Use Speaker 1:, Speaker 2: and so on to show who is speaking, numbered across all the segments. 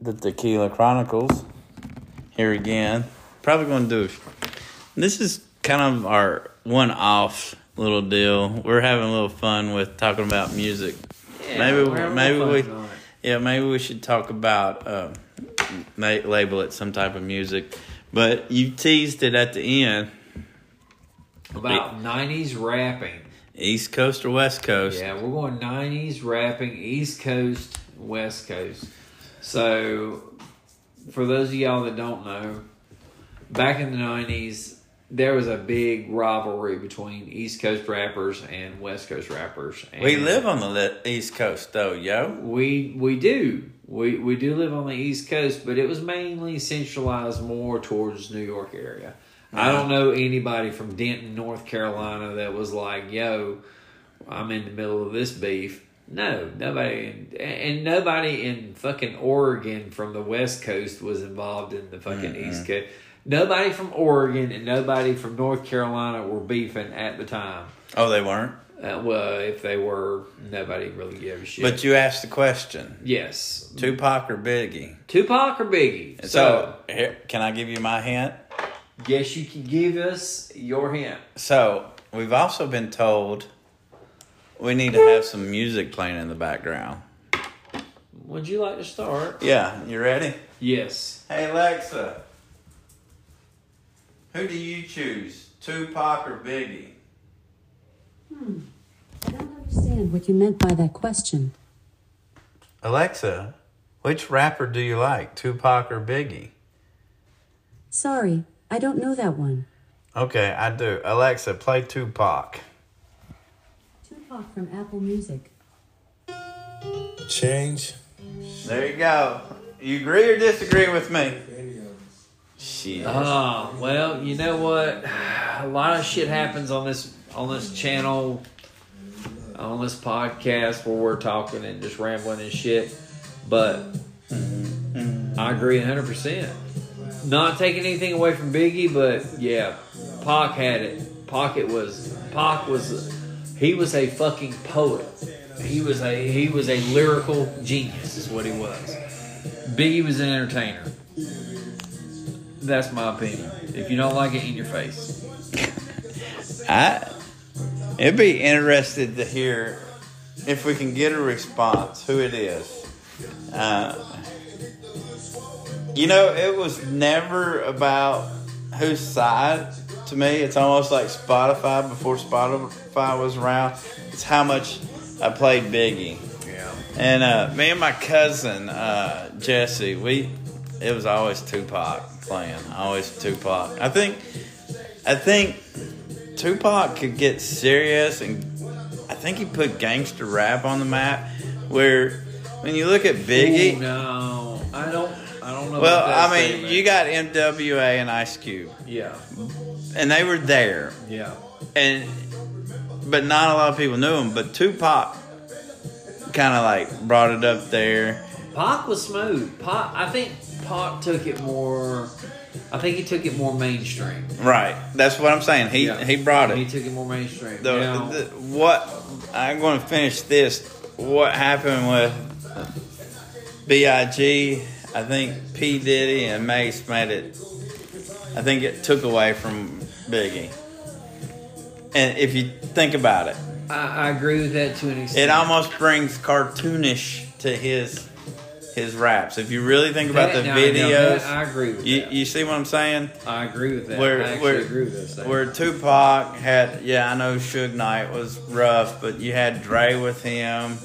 Speaker 1: the Tequila Chronicles here again. Probably going to do. This is kind of our one off little deal. We're having a little fun with talking about music. maybe we- maybe we yeah maybe we should talk about um, ma- label it some type of music. But you teased it at the end,
Speaker 2: about '90s rapping.
Speaker 1: East Coast or West Coast.
Speaker 2: Yeah, we're going '90s rapping, East Coast, West Coast. So, for those of y'all that don't know, back in the '90s, there was a big rivalry between East Coast rappers and West Coast rappers. And
Speaker 1: We live on the le- East Coast though, yo.
Speaker 2: We we do. We we do live on the East Coast, but it was mainly centralized more towards New York area. I don't know anybody from Denton, North Carolina that was like, "Yo, I'm in the middle of this beef." No, nobody in, and nobody in fucking Oregon from the West Coast was involved in the fucking East Coast. Nobody from Oregon and nobody from North Carolina were beefing at the time.
Speaker 1: Oh, they weren't.
Speaker 2: Uh, well, if they were, nobody really gave a shit.
Speaker 1: But you asked the question:
Speaker 2: yes,
Speaker 1: Tupac or Biggie?
Speaker 2: Tupac or Biggie?
Speaker 1: So, here, can I give you my hint?
Speaker 2: yes, you can give us your hint.
Speaker 1: So we've also been told we need to have some music playing in the background.
Speaker 2: Would you like to start?
Speaker 1: Yeah, you ready?
Speaker 2: Yes.
Speaker 1: Hey Alexa, who do you choose, Tupac or Biggie?
Speaker 3: I don't understand what you meant by that question.
Speaker 1: Alexa, which rapper do you like, Tupac or Biggie?
Speaker 3: Sorry, I don't know that one.
Speaker 1: Okay, I do. Alexa, play Tupac.
Speaker 3: Tupac from Apple Music.
Speaker 4: Change.
Speaker 1: There you go. You agree or disagree with me? Shit.
Speaker 2: Oh well, you know what? A lot of shit happens on this on this channel, on this podcast where we're talking and just rambling and shit. But I agree hundred percent. Not taking anything away from Biggie, but yeah, Pac had it. Pac it was Pac was he was a fucking poet. He was a he was a lyrical genius is what he was. Biggie was an entertainer. That's my opinion. If you don't like it, in your face.
Speaker 1: I it'd be interested to hear if we can get a response who it is. Uh, you know, it was never about whose side. To me, it's almost like Spotify before Spotify was around. It's how much I played Biggie.
Speaker 2: Yeah.
Speaker 1: And uh, me and my cousin uh, Jesse, we it was always Tupac playing, always Tupac. I think, I think Tupac could get serious, and I think he put gangster rap on the map. Where when you look at Biggie,
Speaker 2: no, I don't. I don't know.
Speaker 1: well,
Speaker 2: about that
Speaker 1: I mean,
Speaker 2: statement.
Speaker 1: you got N.W.A. and Ice Cube,
Speaker 2: Yeah.
Speaker 1: and they were there,
Speaker 2: Yeah.
Speaker 1: and but not a lot of people knew him. But Tupac kind of like brought it up there.
Speaker 2: Pac was smooth. Pac. I think Pac took it more. I think he took it more mainstream.
Speaker 1: Right. That's what I'm saying. He
Speaker 2: Yeah.
Speaker 1: he brought
Speaker 2: He
Speaker 1: it.
Speaker 2: took it more mainstream.
Speaker 1: The,
Speaker 2: Now-
Speaker 1: the- what I'm going to finish this. What happened with Big? I think P Diddy and Mace made it. I think it took away from Biggie. And if you think about it,
Speaker 2: I, I agree with that to an extent.
Speaker 1: it almost brings cartoonish to his his raps. If you really think about
Speaker 2: That-
Speaker 1: the
Speaker 2: no, no,
Speaker 1: videos,
Speaker 2: that- I agree with
Speaker 1: you,
Speaker 2: that.
Speaker 1: you see what I'm saying?
Speaker 2: I agree with that.
Speaker 1: Where-
Speaker 2: I actually
Speaker 1: where-
Speaker 2: agree with those things.
Speaker 1: Where Tupac had, yeah, I know Suge Knight was rough, but you had Dre with him,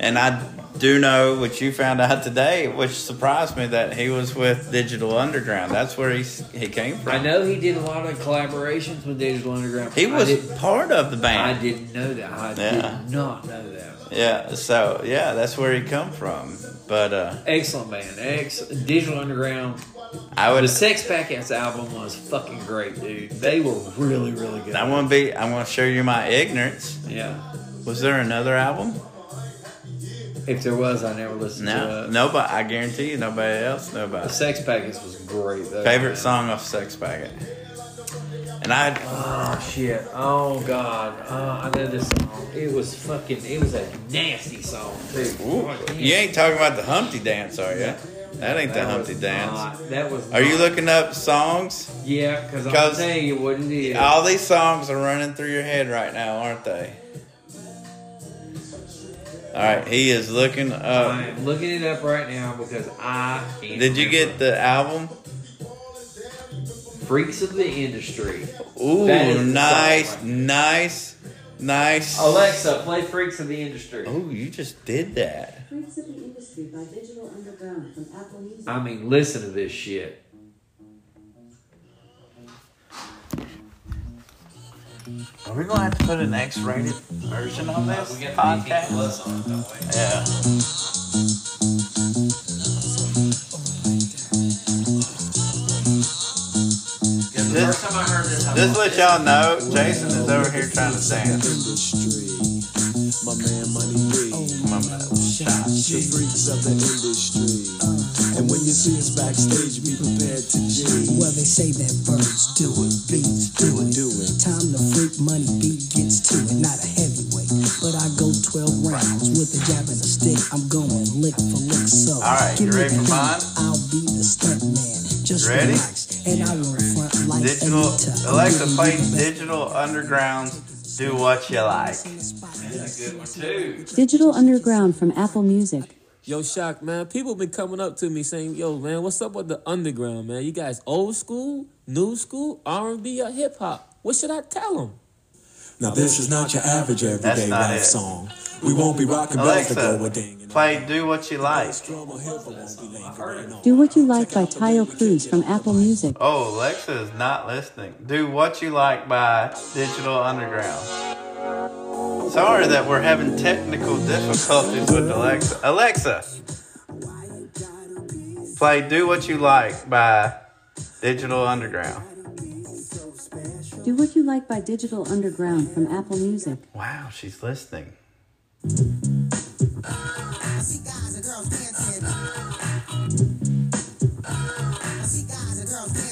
Speaker 1: and I do know what you found out today, which surprised me that he was with Digital Underground. That's where he s- he came
Speaker 2: I
Speaker 1: from.
Speaker 2: know he did a lot of collaborations with Digital Underground.
Speaker 1: He
Speaker 2: I
Speaker 1: was
Speaker 2: didn't-
Speaker 1: part of the
Speaker 2: I
Speaker 1: band.
Speaker 2: didn't know that. I
Speaker 1: Yeah.
Speaker 2: did not know that.
Speaker 1: Yeah, so yeah, that's where he come from. But uh,
Speaker 2: Excellent band. Ex Digital Underground.
Speaker 1: I would
Speaker 2: The Sex Packets album was fucking great, dude. They were really, really good.
Speaker 1: I want to be. I want to show you my ignorance.
Speaker 2: yeah.
Speaker 1: Was there another album?
Speaker 2: If there was, I never listened
Speaker 1: No,
Speaker 2: to it.
Speaker 1: nobody. I guarantee you, nobody else. Nobody.
Speaker 2: The Sex Packets was great, though.
Speaker 1: Favorite
Speaker 2: man.
Speaker 1: song off Sex Packet. And I,
Speaker 2: Oh shit! Oh god! Oh, I know this song. It was fucking. It was a nasty song too. Oh,
Speaker 1: ooh, you ain't talking about the Humpty Dance, are you? That ain't the Humpty
Speaker 2: was
Speaker 1: Dance.
Speaker 2: not- that was.
Speaker 1: Are you
Speaker 2: not-
Speaker 1: looking up songs?
Speaker 2: Yeah, because I'm
Speaker 1: Because-
Speaker 2: telling you what it is.
Speaker 1: All these songs are running through your head right now, aren't they? All right, he is looking up.
Speaker 2: I'm looking Uh, it up right now because I can't.
Speaker 1: Did you
Speaker 2: remember.
Speaker 1: get the album?
Speaker 2: Freaks of the Industry?
Speaker 1: Ooh,
Speaker 2: That is the song
Speaker 1: nice,
Speaker 2: right
Speaker 1: nice, nice.
Speaker 2: Alexa, play Freaks of the Industry.
Speaker 1: Oh, you just did that.
Speaker 3: Freaks of the Industry by Digital Underground from Apple Music.
Speaker 2: I mean, listen to this shit.
Speaker 1: Are we gonna have to put an X-rated version on this
Speaker 2: on it that way.
Speaker 1: Yeah. the first
Speaker 2: time I heard this,
Speaker 1: Just to let y'all know, Jason is over here trying to dance.
Speaker 4: industry. My man Money B.
Speaker 1: My man.
Speaker 4: The freaks of the industry. And when you see us backstage, be prepared to G.
Speaker 5: Well, they say that birds do it, beats do it.
Speaker 4: Do it.
Speaker 5: Time to freak money beat gets to it. Not a heavyweight, but I go 12 rounds with a jab and a stick. I'm going lick for lick, so
Speaker 1: Alright, you
Speaker 5: give me
Speaker 1: ready
Speaker 5: the
Speaker 1: for
Speaker 5: hand.
Speaker 1: mine?
Speaker 5: I'll be the stunt man. Just
Speaker 1: Ready?
Speaker 5: relax, and I will front like
Speaker 1: Digital
Speaker 5: Anita. I'm
Speaker 1: Alexa
Speaker 5: giving you
Speaker 1: play
Speaker 5: the best
Speaker 1: Digital Underground. Do what you like.
Speaker 5: in the spot.
Speaker 3: Digital Underground from Apple Music.
Speaker 6: Yo, Shock, man. People been coming up to me saying, yo, man, what's up with the underground, man? You guys old school, new school, R&B, or hip-hop? What should I tell them?
Speaker 4: Now this is not your average everyday
Speaker 1: not
Speaker 4: rap
Speaker 1: it.
Speaker 4: song. We won't be rocking bells to go a ding.
Speaker 1: Alexa, play Do What You Like.
Speaker 4: Drummer Hilfer won't be lingering on.
Speaker 3: Do What You Like by Tyo Cruz from Apple Music.
Speaker 1: Oh, Alexa is not listening. Do What You Like by Digital Underground. Sorry that we're having technical difficulties with Alexa. Alexa, play Do What You Like by Digital Underground.
Speaker 3: Do What You Like by Digital Underground from Apple Music.
Speaker 1: Wow, she's listening.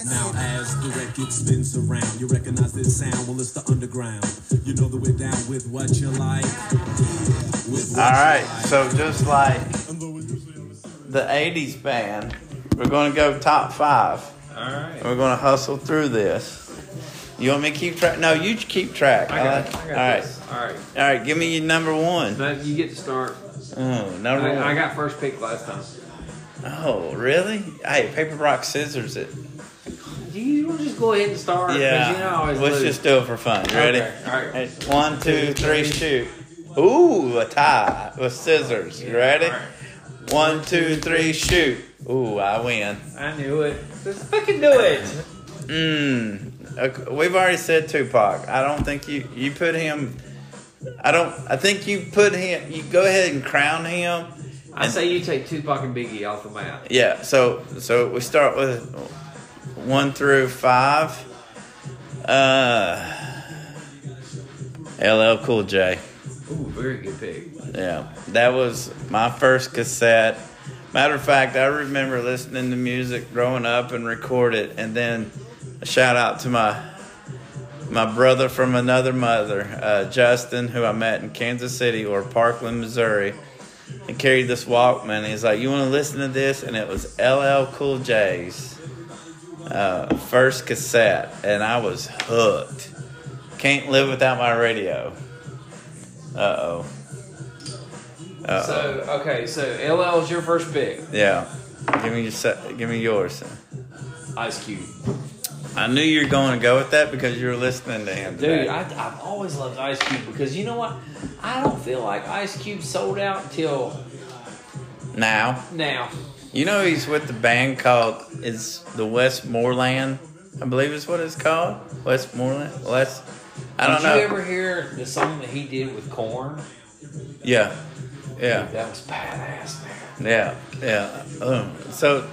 Speaker 4: Now as the record spins around, you recognize this sound. Well, it's the underground. You know that we're down with what you like. With what
Speaker 1: All
Speaker 4: you
Speaker 1: right,
Speaker 4: like.
Speaker 1: so just like the 80s band, we're going to go top five.
Speaker 2: All right.
Speaker 1: And We're gonna hustle through this. You want me to keep track? No, you keep track.
Speaker 2: I got,
Speaker 1: like-
Speaker 2: I got
Speaker 1: all right,
Speaker 2: this. All right.
Speaker 1: all right. Give me your number one.
Speaker 2: Now you get to start.
Speaker 1: Oh, number one.
Speaker 2: I, I got first pick last time.
Speaker 1: oh, really? Hey, paper, rock, scissors. It.
Speaker 2: You want to just go ahead and start? 'cause You know I
Speaker 1: Yeah.
Speaker 2: always
Speaker 1: Let's
Speaker 2: lose.
Speaker 1: just do it for fun. You ready?
Speaker 2: Okay, all right.
Speaker 1: Hey, One, two, three, shoot. Ooh, a tie with scissors. You ready?
Speaker 2: all
Speaker 1: One, two, three, shoot. Ooh, I win.
Speaker 2: I knew it. Let's fucking do it.
Speaker 1: Mm, ok- we've already said Tupac. I don't think you you put him. I don't. I think you put him. You go ahead and crown him.
Speaker 2: I say you take Tupac and Biggie off the map.
Speaker 1: Yeah. So so we start with one through five. Uh, LL Cool J.
Speaker 2: Ooh, very good pick.
Speaker 1: Yeah, that was my first cassette. Matter of fact, I remember listening to music growing up and record it, and then a shout out to my my brother from another mother, uh, Justin, who I met in Kansas City or Parkland, Missouri, and carried this Walkman. He's like, "You want to listen to this?" And it was LL Cool J's uh, first cassette, and I was hooked. Can't live without my radio. Uh oh.
Speaker 2: So okay, so LL's your first pick.
Speaker 1: Yeah. Give me your se- give me yours.
Speaker 2: Ice Cube.
Speaker 1: I knew you were going to go with that because you were listening to him.
Speaker 2: Dude,
Speaker 1: today.
Speaker 2: I, I've always loved Ice Cube because you know what? I don't feel like Ice Cube sold out till
Speaker 1: now
Speaker 2: now.
Speaker 1: you know he's with the band called it's the Westmoreland, I believe is what it's called. Westmoreland. West. I don't
Speaker 2: Did
Speaker 1: know.
Speaker 2: you ever hear the song that he did with Korn?
Speaker 1: yeah. Yeah.
Speaker 2: That was badass,
Speaker 1: Yeah,
Speaker 2: man.
Speaker 1: yeah. Um, so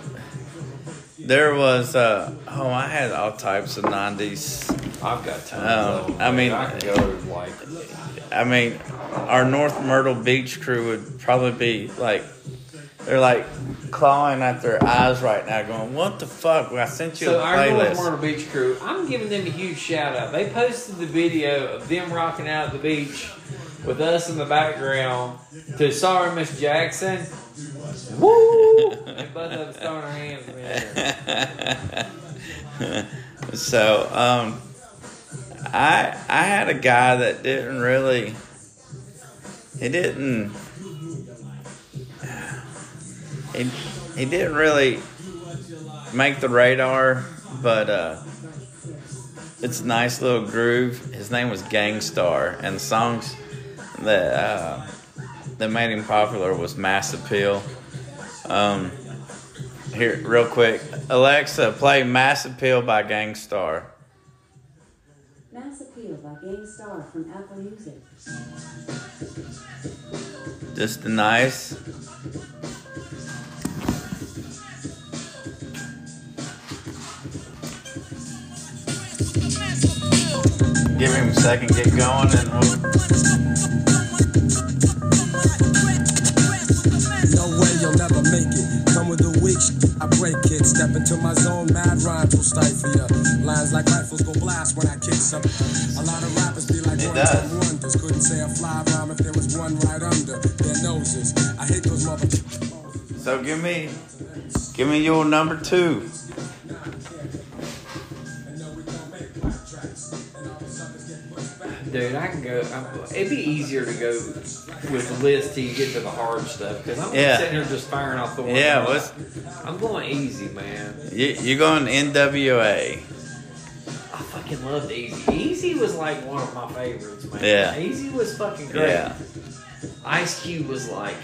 Speaker 1: there was, uh, oh, I had all types of 90s.
Speaker 2: I've got
Speaker 1: Um,
Speaker 2: tons of them.
Speaker 1: I mean-
Speaker 2: Oh, I could go like
Speaker 1: I mean, our North Myrtle Beach crew would probably be like, they're like, clawing at their eyes right now, going, "What the fuck?" Well, I sent you
Speaker 2: So
Speaker 1: a
Speaker 2: our North
Speaker 1: playlist.
Speaker 2: Myrtle Beach crew, I'm giving them a huge shout out. They posted the video of them rocking out at the beach with us in the background to "Sorry Miss Jackson." Woo! and both of us throwing our hands in the air.
Speaker 1: So, um, I I had a guy that didn't really, he didn't, he, he didn't really make the radar, but uh, it's a nice little groove. His name was Gangstar, and the songs that uh, that made him popular was Mass Appeal. Um, here, real quick. Alexa, play Mass Appeal by Gangstar.
Speaker 3: Mass Appeal by Gangstar from Apple Music.
Speaker 1: Just a nice. Give him a second, get going, and we'll-
Speaker 5: No way you'll never make it. Come with the weak sh- I break it. Step into my zone, mad rhymes will stifle ya. Lines like rifles go blast when I kick some. A lot of rappers be like
Speaker 1: It
Speaker 5: one
Speaker 1: does.
Speaker 5: and wonders. Couldn't say a fly rhyme if there was one right under their noses. I hit those motherfuckers.
Speaker 1: so give me, give me your number two.
Speaker 2: Dude, I can go. I'm, it'd be easier to go with lists till you get to the hard stuff because I'm
Speaker 1: Yeah.
Speaker 2: sitting here just firing off the one.
Speaker 1: Yeah,
Speaker 2: I'm
Speaker 1: what's
Speaker 2: like, I'm going easy, man.
Speaker 1: you, you're going NWA?
Speaker 2: I fucking loved Easy. Easy was like one of my favorites, man.
Speaker 1: Yeah.
Speaker 2: Easy was fucking great.
Speaker 1: Yeah,
Speaker 2: Ice Cube was like,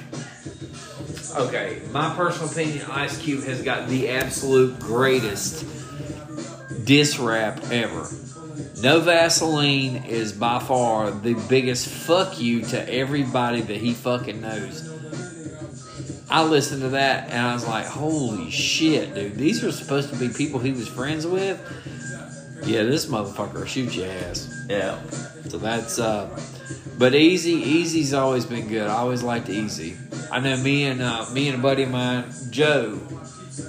Speaker 2: okay, my personal opinion, Ice Cube has got the absolute greatest diss rap ever. No Vaseline is by far the biggest fuck you to everybody that he fucking knows. I listened to that and I was like, holy shit, dude. These are supposed to be people he was friends with. Yeah, this motherfucker will shoot your ass.
Speaker 1: yeah.
Speaker 2: So that's uh but easy easy's always been good. I always liked easy. I know me and uh, me and a buddy of mine, Joe,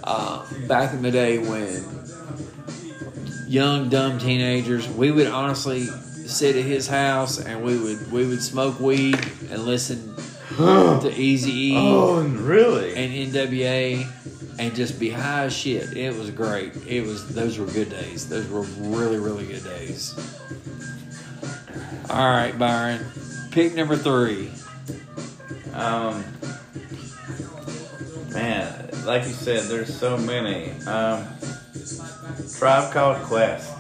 Speaker 2: uh, back in the day when young dumb teenagers, we would honestly sit at his house and we would we would smoke weed and listen to Easy E
Speaker 1: really?
Speaker 2: and NWA and just be high as shit. It was great. It was those were good days. Those were really, really good days. All right, Byron. Pick number three.
Speaker 1: Um, man, like you said, there's so many. Um, Tribe Called Quest.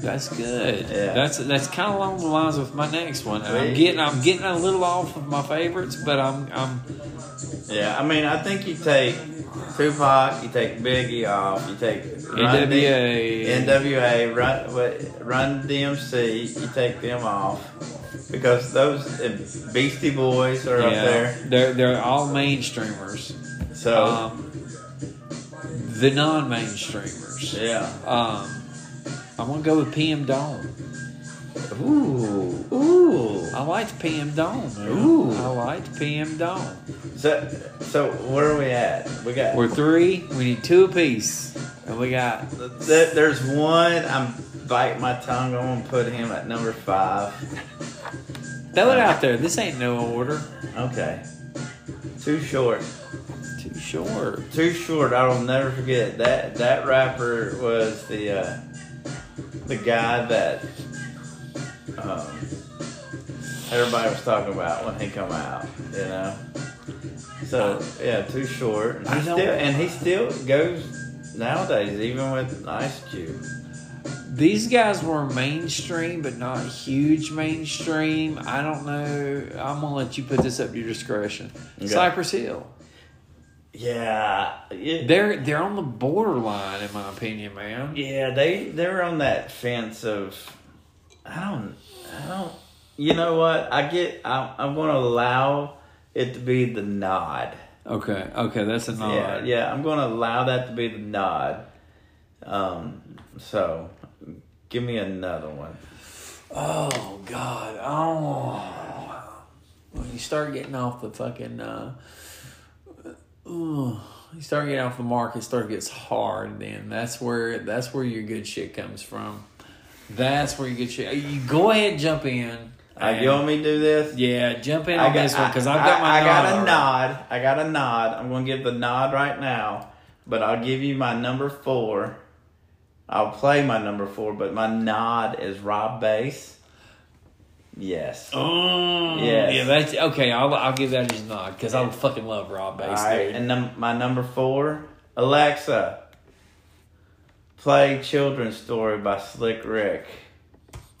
Speaker 2: That's good.
Speaker 1: Yeah.
Speaker 2: That's that's kind of along the lines with my next one. And I'm
Speaker 1: Sweet.
Speaker 2: getting I'm getting a little off of my favorites, but I'm I'm
Speaker 1: Yeah, I mean, I think you take Tupac, you take Biggie off, you take Run D-
Speaker 2: NWA.
Speaker 1: NWA, Run, what- Run DMC, you take them off because those and Beastie Boys are up
Speaker 2: yeah,
Speaker 1: there. Oh.
Speaker 2: They're they're all mainstreamers.
Speaker 1: So
Speaker 2: Um, the non-mainstreamers.
Speaker 1: yeah,
Speaker 2: Um, I'm gonna go with PM Dawn.
Speaker 1: ooh, ooh.
Speaker 2: I liked PM Dawn. Man.
Speaker 1: Ooh.
Speaker 2: I liked PM Dawn.
Speaker 1: So so where are we at? We got
Speaker 2: We're three. We need two apiece, and we got
Speaker 1: There, there's one I'm biting my tongue. I'm gonna put him at number five.
Speaker 2: throw it out there. This ain't no order.
Speaker 1: Okay. Too short.
Speaker 2: Too short.
Speaker 1: Too short. I will never forget that. That rapper was the uh, the guy that um, everybody was talking about when he come out. You know. So yeah, too short. And
Speaker 2: I
Speaker 1: he
Speaker 2: don't-
Speaker 1: still and he still goes nowadays, even with Ice Cube.
Speaker 2: These guys were mainstream, but not huge mainstream. I don't know. I'm gonna let you put this up to your discretion.
Speaker 1: Okay.
Speaker 2: Cypress Hill.
Speaker 1: Yeah. yeah.
Speaker 2: They're they're on the borderline, in my opinion, man.
Speaker 1: Yeah, they they're on that fence of I don't I don't you know what I get I I'm gonna allow it to be the nod.
Speaker 2: Okay. Okay. That's a nod.
Speaker 1: Yeah, yeah, I'm gonna allow that to be the nod. Um, so give me another one.
Speaker 2: Oh God! Oh, when you start getting off the fucking uh, you start getting off the mark, it start gets hard. Then that's where that's where your good shit comes from. That's where your good shit. You go ahead, jump in.
Speaker 1: Uh, you want me to do this?
Speaker 2: Yeah, jump in on this one because I've
Speaker 1: I-
Speaker 2: got my.
Speaker 1: I got a
Speaker 2: already.
Speaker 1: nod. I got a nod. I'm gonna give the nod right now, but I'll give you my number four. I'll play my number four, but my nod is Rob Bass. Yes.
Speaker 2: Oh,
Speaker 1: Yes.
Speaker 2: yeah. That's okay. I'll I'll give that his nod because I fucking love Rob
Speaker 1: All
Speaker 2: Bass.
Speaker 1: right,
Speaker 2: dude.
Speaker 1: and num- my number four, Alexa, play "Children's Story" by Slick Rick.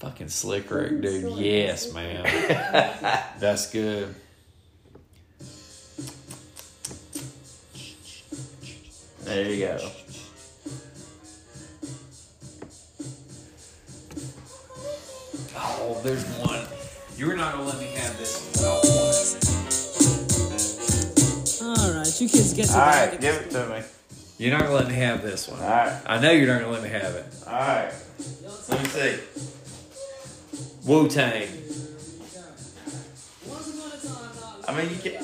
Speaker 2: Fucking slick Rick, dude. Yes, man. That's good.
Speaker 1: There you go.
Speaker 2: Oh, there's one. You're not gonna let me have this without one.
Speaker 6: All right, you kids get to
Speaker 1: All right, give it to me.
Speaker 2: You're not gonna let me have this one.
Speaker 1: All right,
Speaker 2: I know you're not gonna let me have it.
Speaker 1: all right. Let me see.
Speaker 2: Wu Tang.
Speaker 1: I mean, you can,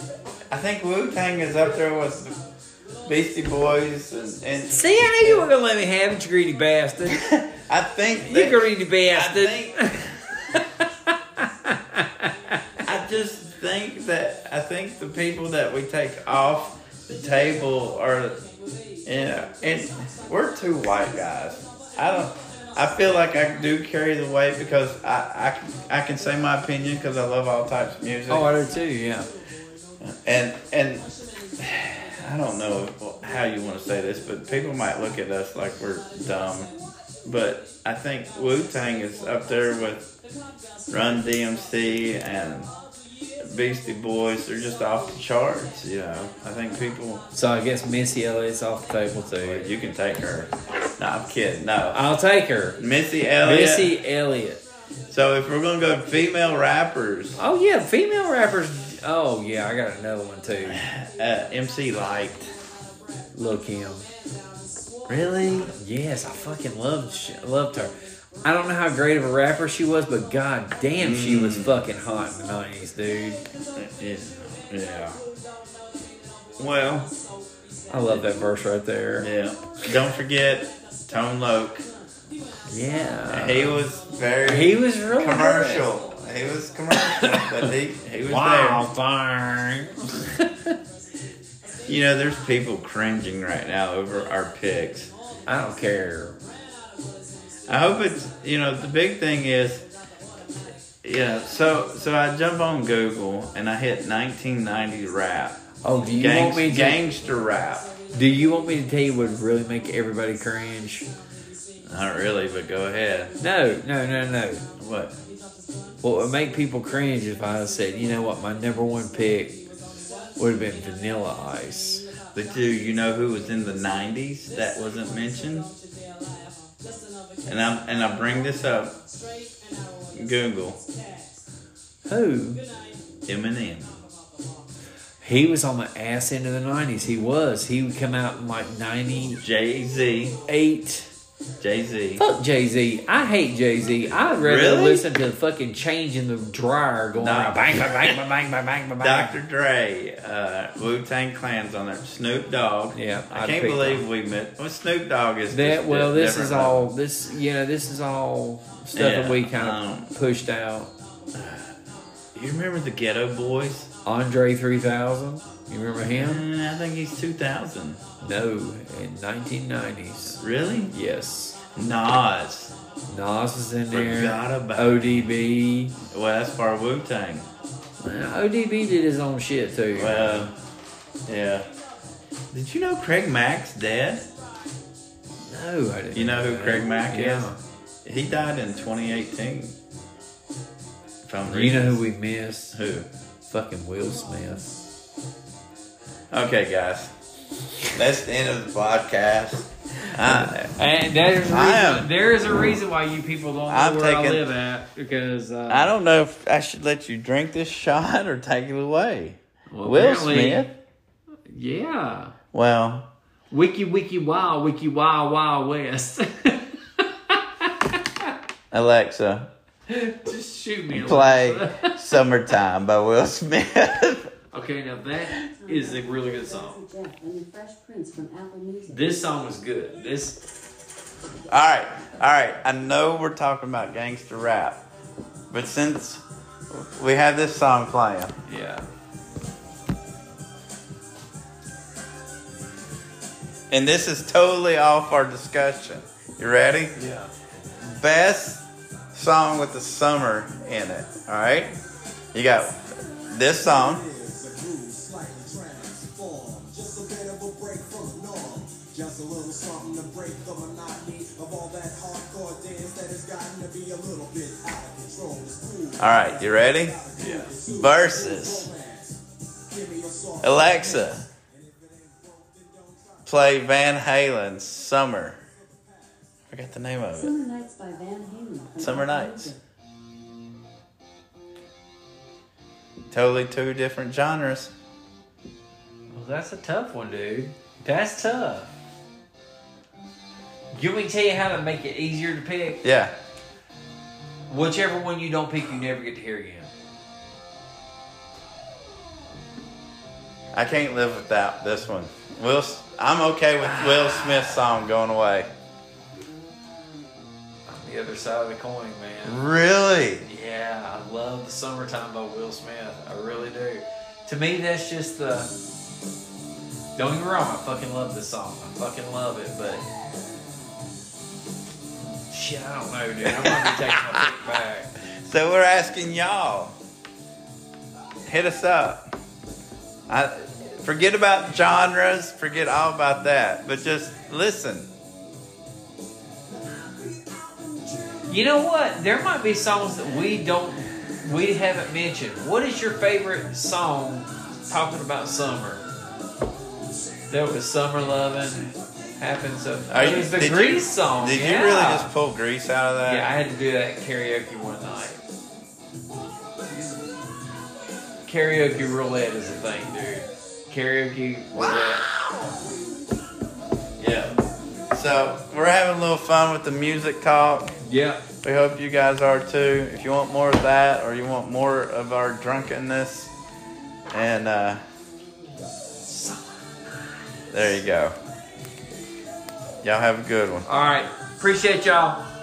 Speaker 1: I think Wu Tang is up there with Beastie Boys, and, and
Speaker 2: See, I knew you were gonna let me have it, you greedy bastard.
Speaker 1: I think
Speaker 2: You
Speaker 1: that,
Speaker 2: greedy
Speaker 1: I
Speaker 2: bastard.
Speaker 1: think I just think that I think the people that we take off the table are, you know, and we're two white guys. I don't. I feel like I do carry the weight because I, I, can- I can say my opinion because I love all types of music.
Speaker 2: Oh, I do too. Yeah.
Speaker 1: and and I don't know how you want to say this, but people might look at us like we're dumb. But I think Wu Tang is up there with Run DMC and Beastie Boys. They're just off the charts, you know. I think people.
Speaker 2: So I guess Missy Elliott's off the table too.
Speaker 1: You can take her. No, I'm kidding. No,
Speaker 2: I'll take her.
Speaker 1: Missy Elliott.
Speaker 2: Missy Elliott.
Speaker 1: So if we're gonna go female rappers,
Speaker 2: Oh yeah, female rappers. Oh yeah, I got another one too.
Speaker 1: uh, MC Light.
Speaker 2: Lil Kim.
Speaker 1: Really?
Speaker 2: Yes, I fucking loved sh- loved her. I don't know how great of a rapper she was, but god damn, she was fucking hot in the nineties, dude.
Speaker 1: Yeah. Yeah. Well.
Speaker 2: I love that verse right there.
Speaker 1: Yeah. Don't forget Tone Loc.
Speaker 2: Yeah,
Speaker 1: He was very
Speaker 2: he was really
Speaker 1: commercial. He was commercial, but he, he was
Speaker 2: Wow, darn.
Speaker 1: there. You know, there's people cringing right now over our picks.
Speaker 2: I don't care.
Speaker 1: I hope it's you know the big thing is yeah. So so I jump on Google and I hit 1990 rap,
Speaker 2: Oh, do you
Speaker 1: Gangs-
Speaker 2: want me to?
Speaker 1: gangster rap.
Speaker 2: Do you want me to tell you what would really make everybody cringe?
Speaker 1: Not really, but go ahead.
Speaker 2: No, no, no, no.
Speaker 1: What?
Speaker 2: What would make people cringe if I said, you know what, my number one pick would have been Vanilla Ice.
Speaker 1: But do you know who was in the '90s that wasn't mentioned? And I and I bring this up. Google
Speaker 2: Who?
Speaker 1: Eminem.
Speaker 2: He was on the ass end of the 90s. He was. He would come out in like 98.
Speaker 1: Jay Z. Jay Z.
Speaker 2: Fuck Jay Z. I hate Jay Z. I'd rather
Speaker 1: Really?
Speaker 2: listen to fucking change in the dryer going
Speaker 1: Nah.
Speaker 2: nah. bang, bang, bang, bang, bang, bang, bang, bang.
Speaker 1: Dr. Dre, uh, Wu Tang Clan's on there. Snoop Dogg.
Speaker 2: Yeah,
Speaker 1: I
Speaker 2: I'd
Speaker 1: can't
Speaker 2: pick
Speaker 1: believe we met. Well, Snoop Dogg is
Speaker 2: That,
Speaker 1: just
Speaker 2: well,
Speaker 1: di-
Speaker 2: this is
Speaker 1: different
Speaker 2: all, this, you know, this is all stuff
Speaker 1: Yeah,
Speaker 2: that we kind of
Speaker 1: um,
Speaker 2: pushed out.
Speaker 1: level. You remember the Ghetto Boys?
Speaker 2: Andre 3000. You remember him?
Speaker 1: Mm, I think he's two thousand.
Speaker 2: No, in 1990s.
Speaker 1: Really?
Speaker 2: Yes.
Speaker 1: Nas.
Speaker 2: Nas is in there.
Speaker 1: Forgot about-
Speaker 2: ODB.
Speaker 1: Well, that's part Wu Tang.
Speaker 2: Uh, ODB did his own shit too.
Speaker 1: Well, yeah. Did you know Craig Mack's dead?
Speaker 2: no, I didn't.
Speaker 1: You know who
Speaker 2: that.
Speaker 1: Craig Mack
Speaker 2: yeah.
Speaker 1: is? He died in 2018. If I'm
Speaker 2: You
Speaker 1: reading
Speaker 2: know who we missed?
Speaker 1: who?
Speaker 2: Fucking Will Smith.
Speaker 1: Okay, guys. That's the end of the podcast. I,
Speaker 2: And there's a
Speaker 1: I reason- am-
Speaker 2: there is a reason why you people don't know
Speaker 1: I'm where I taking- live
Speaker 2: at because uh,
Speaker 1: I don't know if I should let you drink this shot or take it away. Will Smith?
Speaker 2: Yeah.
Speaker 1: Well,
Speaker 2: Wiki Wiki Wow Wiki Wow Wow West.
Speaker 1: Alexa,
Speaker 2: Just shoot me.
Speaker 1: play Summertime by Will Smith.
Speaker 2: Okay, now that is a really good song.
Speaker 3: Jeff and the Fresh Prince from Apple Music.
Speaker 2: This song was good. This
Speaker 1: All right, all right. I know we're talking about gangster rap, but since we have this song playing,
Speaker 2: yeah.
Speaker 1: and this is totally off our discussion. You ready?
Speaker 2: Yeah.
Speaker 1: Best song with the summer in it. All right. You got this song.
Speaker 4: Just a little something to break the monotony of all that hardcore dance that has gotten to be a little bit out of control. It's
Speaker 1: All
Speaker 4: cool.
Speaker 1: right. You ready?
Speaker 2: Yeah.
Speaker 1: Versus. Alexa, play Van Halen's "Summer." Forgot the name of it.
Speaker 3: Summer Nights by Van Halen. from
Speaker 1: Summer
Speaker 3: Apple
Speaker 1: Nights.
Speaker 3: Music.
Speaker 1: Totally two different genres.
Speaker 2: Well, that's a tough one, dude. That's tough. You want me to tell you how to make it easier to pick?
Speaker 1: Yeah.
Speaker 2: Whichever one you don't pick, you never get to hear again.
Speaker 1: I can't live without this one. Will S- I'm okay with Will Smith's song going away.
Speaker 2: On the other side of the coin, man.
Speaker 1: Really?
Speaker 2: Yeah, I love the summertime by Will Smith. I really do. To me, that's just the. Don't get me wrong, I fucking love this song. I fucking love it, but shit, I don't know, dude. I might be taking my pick back.
Speaker 1: So we're asking y'all. Hit us up. I forget about genres, forget all about that, but just listen.
Speaker 2: You know what? There might be songs that we don't, we haven't mentioned. What is your favorite song talking about summer? There was summer loving, happened so.
Speaker 1: Are
Speaker 2: it
Speaker 1: you-
Speaker 2: was the
Speaker 1: did you-
Speaker 2: Grease song.
Speaker 1: Did
Speaker 2: yeah.
Speaker 1: you really just pull grease out of that?
Speaker 2: Yeah, I had to do that karaoke one night. Karaoke roulette is a thing, dude. Karaoke roulette.
Speaker 1: yeah. So we're having a little fun with the music talk.
Speaker 2: Yeah.
Speaker 1: We hope you guys are too. If you want more of that or you want more of our drunkenness, and uh, there you go. Y'all have a good one.
Speaker 2: All right. Appreciate y'all.